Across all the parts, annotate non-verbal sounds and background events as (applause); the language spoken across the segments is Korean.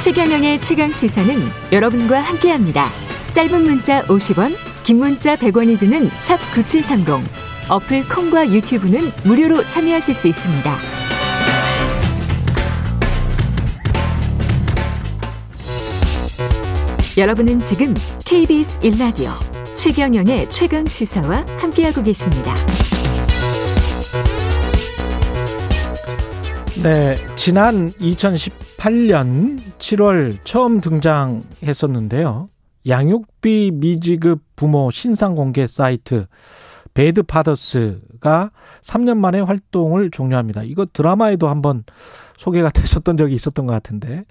최경영의 최강 시사는 여러분과 함께합니다. 짧은 문자 50원, 긴 문자 100원이 드는 샵 #9730 어플 콩과 유튜브는 무료로 참여하실 수 있습니다. 여러분은 지금 KBS 1라디오 최경영의 최강 시사와 함께하고 계십니다. 네, 지난 2018년 7월 처음 등장했었는데요. 양육비 미지급 부모 신상 공개 사이트 배드 파더스가 3년 만에 활동을 종료합니다. 이거 드라마에도 한번 소개가 (laughs) 됐었던 적이 있었던 것 같은데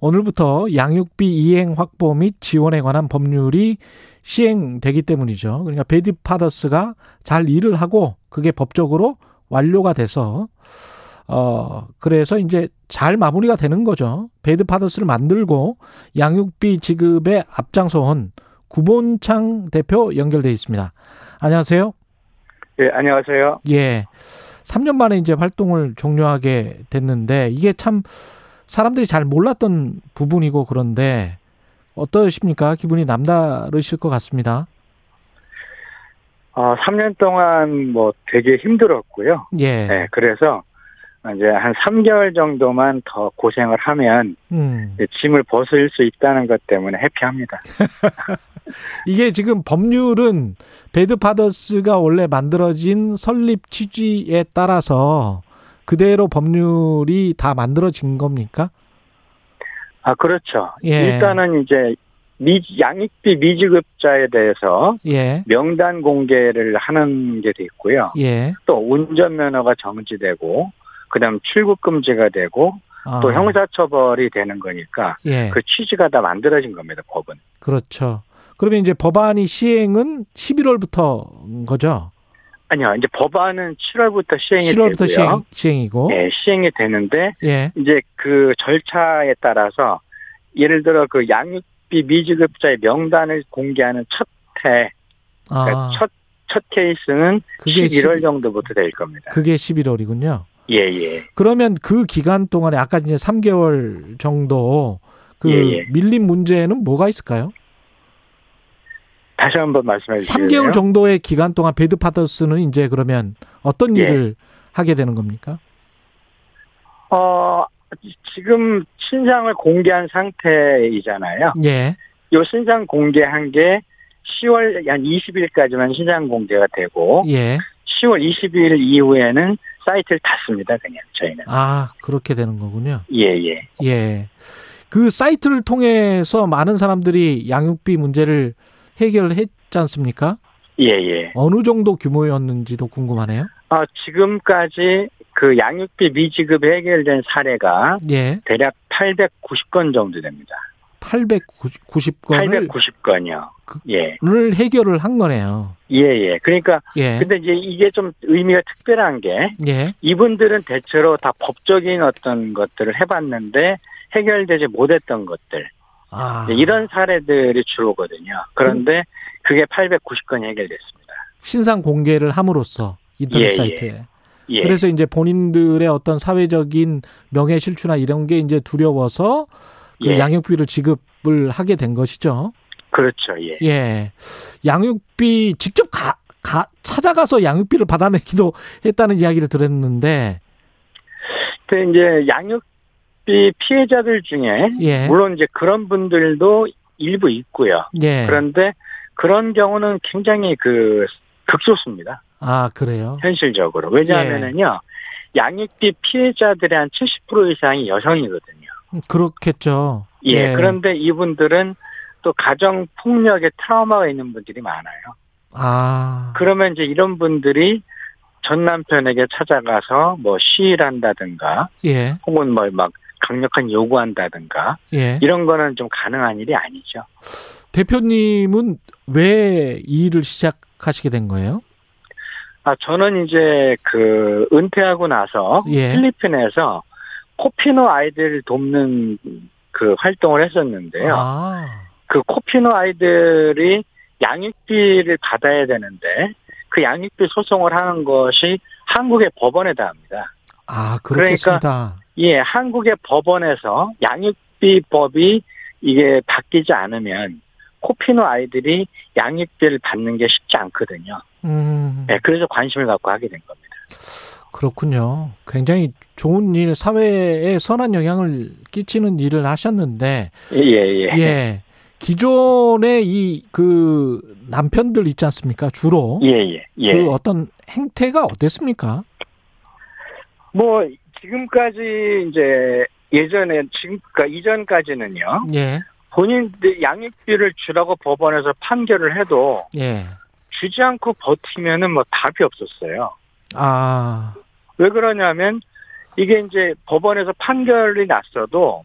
오늘부터 양육비 이행 확보 및 지원에 관한 법률이 시행되기 때문이죠. 그러니까 배드 파더스가 잘 일을 하고 그게 법적으로 완료가 돼서 어, 그래서 이제 잘 마무리가 되는 거죠. 베드 파더스를 만들고 양육비 지급에 앞장서온 구본창 대표 연결돼 있습니다. 안녕하세요. 예, 안녕하세요. 예. 3년 만에 이제 활동을 종료하게 됐는데 이게 참 사람들이 잘 몰랐던 부분이고 그런데 어떠십니까? 기분이 남다르실 것 같습니다. 어, 3년 동안 뭐 되게 힘들었고요. 예. 네, 그래서 이제 한 3개월 정도만 더 고생을 하면 음. 이제 짐을 벗을 수 있다는 것 때문에 해피합니다. 이게 지금 법률은 배드파더스가 원래 만들어진 설립 취지에 따라서 그대로 법률이 다 만들어진 겁니까? 아, 그렇죠. 예. 일단은 이제 미, 양육비 미지급자에 대해서 예, 명단 공개를 하는 게 돼 있고요. 예. 또 운전면허가 정지되고, 그 다음 출국 금지가 되고, 아, 또 형사처벌이 되는 거니까 예, 그 취지가 다 만들어진 겁니다, 법은. 그렇죠. 그러면 이제 법안이 시행은 11월부터인 거죠? 아니요, 이제 법안은 7월부터 시행이 7월부터 되고요. 시행, 어? 시행이고. 예, 시행이 되는데 예, 이제 그 절차에 따라서 예를 들어 그 양육비 미지급자의 명단을 공개하는 첫해, 그러니까 아, 첫, 첫 케이스는 그게 11월 10 정도부터 될 겁니다. 그게 11월이군요. 예, 예. 그러면 그 기간 동안에 아까 이제 3개월 정도 그 예, 예. 밀린 문제는 뭐가 있을까요? 다시 한번 말씀해 주세요. 3개월 정도의 기간 동안 배드 파더스는 이제 그러면 어떤 예. 일을 하게 되는 겁니까? 어, 지금 신상을 공개한 상태이잖아요. 예. 요 신상 공개한 게 10월 한 20일까지만 신상 공개가 되고 예. 10월 20일 이후에는 사이트를 닫습니다. 그냥 저희는. 아, 그렇게 되는 거군요. 예, 예. 예. 그 사이트를 통해서 많은 사람들이 양육비 문제를 해결했지 않습니까? 예, 예. 어느 정도 규모였는지도 궁금하네요. 아, 지금까지 그 양육비 미지급 해결된 사례가 예. 대략 890건 정도 됩니다. 890건을 890건이요. 그- 예. 을 해결을 한 거네요. 예, 예. 그러니까 예. 근데 이제 이게 좀 의미가 특별한 게 예. 이분들은 대체로 다 법적인 어떤 것들을 해 봤는데 해결되지 못했던 것들 아. 이제 이런 사례들이 주로거든요. 그런데 그게 890건이 해결됐습니다. 신상 공개를 함으로써 인터넷 예, 예. 사이트에 예. 그래서 이제 본인들의 어떤 사회적인 명예 실추나 이런 게 이제 두려워서 그 예. 양육비를 지급을 하게 된 것이죠. 그렇죠. 예. 예. 양육비 직접 가, 가 찾아가서 양육비를 받아내기도 (laughs) 했다는 이야기를 들었는데 근데 이제 양육비 피해자들 중에 예. 물론 이제 그런 분들도 일부 있고요. 예. 그런데 그런 경우는 굉장히 그 극소수입니다. 아, 그래요. 현실적으로 왜냐하면은요 양육비 피해자들의 한 70% 이상이 여성이거든요. 음, 그렇겠죠. 예, 그런데 이분들은 또 가정 폭력의 트라우마가 있는 분들이 많아요. 아. 그러면 이제 이런 분들이 전 남편에게 찾아가서 뭐 시위를 한다든가 예. 혹은 뭘 막 강력한 요구한다든가 예. 이런 거는 좀 가능한 일이 아니죠. 대표님은 왜 이 일을 시작하시게 된 거예요? 아, 저는 이제 그 은퇴하고 나서 예. 필리핀에서 코피노 아이들을 돕는 그 활동을 했었는데요. 아. 그 코피노 아이들이 양육비를 받아야 되는데 그 양육비 소송을 하는 것이 한국의 법원에 닿합니다. 아, 그렇겠습니다. 예, 한국의 법원에서 양육비 양육비법이 이게 바뀌지 않으면 코피노 아이들이 양육비를 받는 게 쉽지 않거든요. 음, 네, 그래서 관심을 갖고 하게 된 겁니다. 그렇군요. 굉장히 좋은 일, 사회에 선한 영향을 끼치는 일을 하셨는데, 예, 예. 예. 기존의 이 그 남편들 있지 않습니까? 주로. 예, 예, 예. 그 어떤 행태가 어땠습니까? 뭐, 지금까지 이제 예전에, 지금, 그러니까 이전까지는요. 예. 본인들 양육비를 주라고 법원에서 판결을 해도 예. 주지 않고 버티면은 뭐 답이 없었어요. 아, 왜 그러냐면 이게 이제 법원에서 판결이 났어도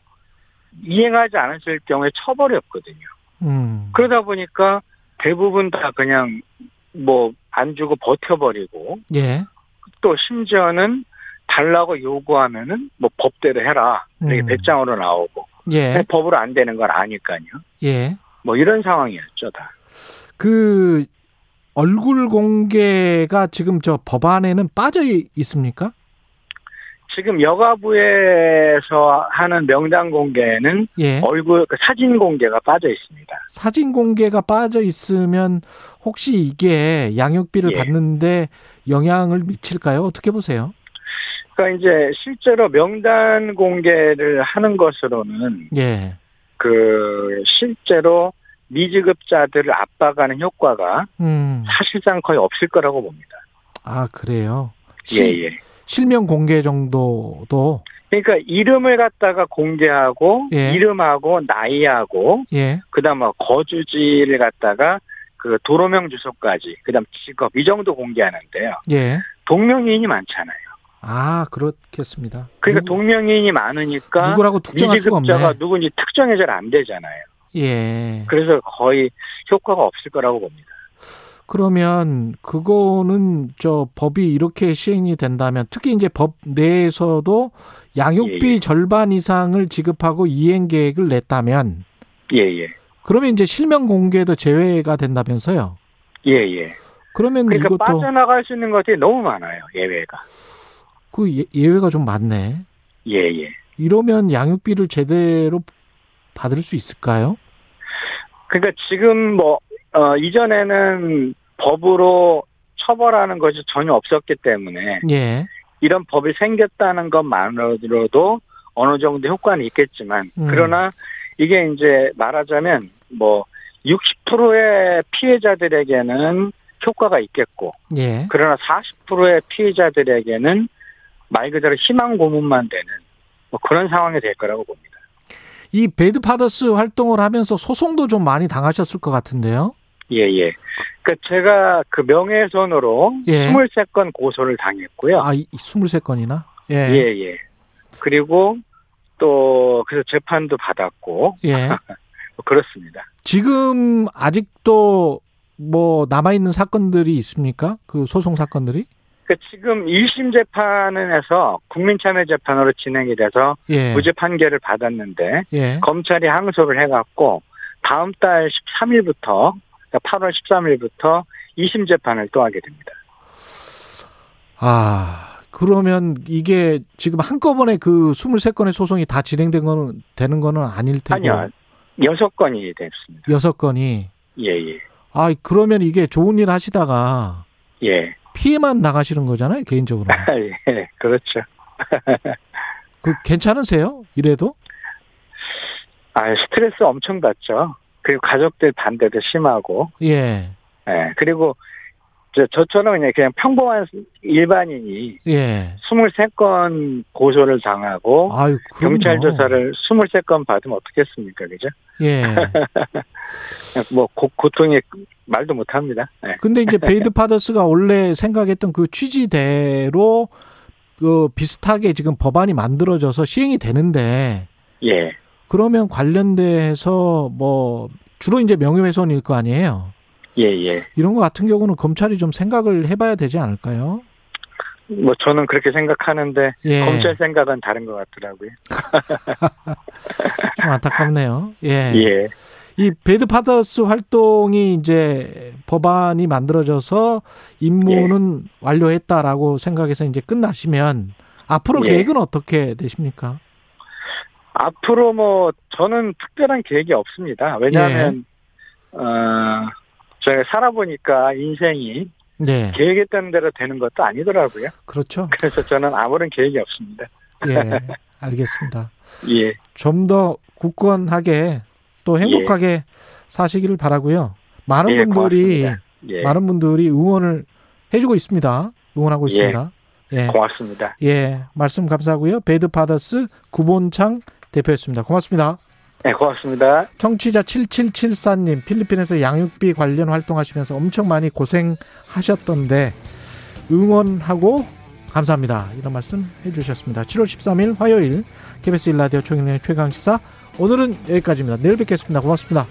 이행하지 않았을 경우에 처벌이 없거든요. 음. 그러다 보니까 대부분 다 그냥 뭐 안 주고 버텨버리고 예. 또 심지어는 달라고 요구하면은 뭐 법대로 해라. 이렇게 네. 음. 배짱으로 나오고 뭐 예. 법으로 안 되는 걸 아니까요. 예. 뭐 이런 상황이었죠 다. 그 얼굴 공개가 지금 저 법안에는 빠져 이- 있습니까? 지금 여가부에서 하는 명단 공개는 예. 얼굴 그 사진 공개가 빠져 있습니다. 사진 공개가 빠져 있으면 혹시 이게 양육비를 예. 받는데 영향을 미칠까요? 어떻게 보세요? 그러니까 이제 실제로 명단 공개를 하는 것으로는 예. 그 실제로 미지급자들을 압박하는 효과가 음. 사실상 거의 없을 거라고 봅니다. 아, 그래요. 시- 예, 예. 실명 공개 정도도 그러니까 이름을 갖다가 공개하고 예. 이름하고 나이하고 예. 그다음 뭐 거주지를 갖다가 그 도로명 주소까지 그다음 직업 이 정도 공개하는데요. 예. 동명이인이 많잖아요. 아, 그렇겠습니다. 그러니까 누구- 동명이인이 많으니까 누구라고 특정할 수가 미지급자가 없네. 누군지 특정이 잘 안 되잖아요. 예. 그래서 거의 효과가 없을 거라고 봅니다. 그러면 그거는 저 법이 이렇게 시행이 된다면 특히 이제 법 내에서도 양육비 예, 예. 절반 이상을 지급하고 이행 계획을 냈다면 예, 예. 그러면 이제 실명 공개도 제외가 된다면서요. 예, 예. 그러면 그러니까 음, 이것도 빠져나갈 수 있는 것들이 너무 많아요. 예외가. 그 예- 예외가 좀 많네. 예, 예. 이러면 양육비를 제대로 받을 수 있을까요? 그러니까 지금 뭐 어, 이전에는 법으로 처벌하는 것이 전혀 없었기 때문에 예. 이런 법이 생겼다는 것만으로도 어느 정도 효과는 있겠지만 음. 그러나 이게 이제 말하자면 뭐 60%의 피해자들에게는 효과가 있겠고 예. 그러나 40%의 피해자들에게는 말 그대로 희망 고문만 되는 뭐 그런 상황이 될 거라고 봅니다. 이 배드 파더스 활동을 하면서 소송도 좀 많이 당하셨을 것 같은데요. 예, 예. 그러니까 제가 그 명예훼손으로 예. 23건 고소를 당했고요. 아, 이 23건이나? 예. 예, 예. 그리고 또 그래서 재판도 받았고 예. 뭐 그렇습니다. 지금 아직도 뭐 남아 있는 사건들이 있습니까? 그 소송 사건들이? 그 지금 1심 재판에서 국민참여 재판으로 진행이 돼서 예. 무죄 판결을 받았는데 예. 검찰이 항소를 해갖고 다음 달 13일부터 그러니까 8월 13일부터 2심 재판을 또 하게 됩니다. 아, 그러면 이게 지금 한꺼번에 그 23건의 소송이 다 진행된 거는 되는 거는 아닐 테고. 아니요, 여섯 건이 됐습니다. 여섯 건이 예예 아, 그러면 이게 좋은 일 하시다가 예, 예. 피해만 나가시는 거잖아요, (laughs) 개인적으로. 예, 그렇죠. 그 괜찮으세요? 이래도? 아 스트레스 엄청 받죠. 그리고 가족들 반대도 심하고 예. 예 그리고 저, 저처럼 그냥, 그냥 평범한 일반인이 예. 23건 고소를 당하고 아유, 그럼요. 경찰 조사를 23건 받으면 어떻겠습니까, 그죠? (laughs) 예. 뭐, 고, 고통이 말도 못 합니다. 예. 근데 이제 베이드 파더스가 원래 생각했던 그 취지대로 그 비슷하게 지금 법안이 만들어져서 시행이 되는데 예. 그러면 관련돼서 뭐 주로 이제 명예훼손일 거 아니에요. 예, 예. 이런 거 같은 경우는 검찰이 좀 생각을 해봐야 되지 않을까요? 뭐, 저는 그렇게 생각하는데, 예, 검찰 생각은 다른 것 같더라고요. 좀 안타깝네요. 예, 예. 이 베드 파더스 활동이 이제 법안이 만들어져서 임무는 예. 완료했다라고 생각해서 이제 끝나시면 앞으로 예. 계획은 어떻게 되십니까? 앞으로 뭐 저는 특별한 계획이 없습니다. 왜냐하면 예. 어, 제가 살아보니까 인생이 네. 계획했던 대로 되는 것도 아니더라고요. 그렇죠. 그래서 저는 아무런 계획이 없습니다. 예. 알겠습니다. 예, 좀 더 굳건하게 또 행복하게 사시기를 바라고요. 많은 예, 분들이 고맙습니다. 예, 많은 분들이 응원을 해주고 있습니다. 응원하고 예. 있습니다. 예. 고맙습니다. 예, 말씀 감사하고요. 베드파더스 구본창 대표였습니다. 고맙습니다. 예, 고맙습니다. 청취자 7774님, 필리핀에서 양육비 관련 활동하시면서 엄청 많이 고생하셨던데 응원하고 감사합니다. 이런 말씀 해주셨습니다. 7월 13일 화요일 KBS 일라디오 총영의 최강시사 오늘은 여기까지입니다. 내일 뵙겠습니다. 고맙습니다.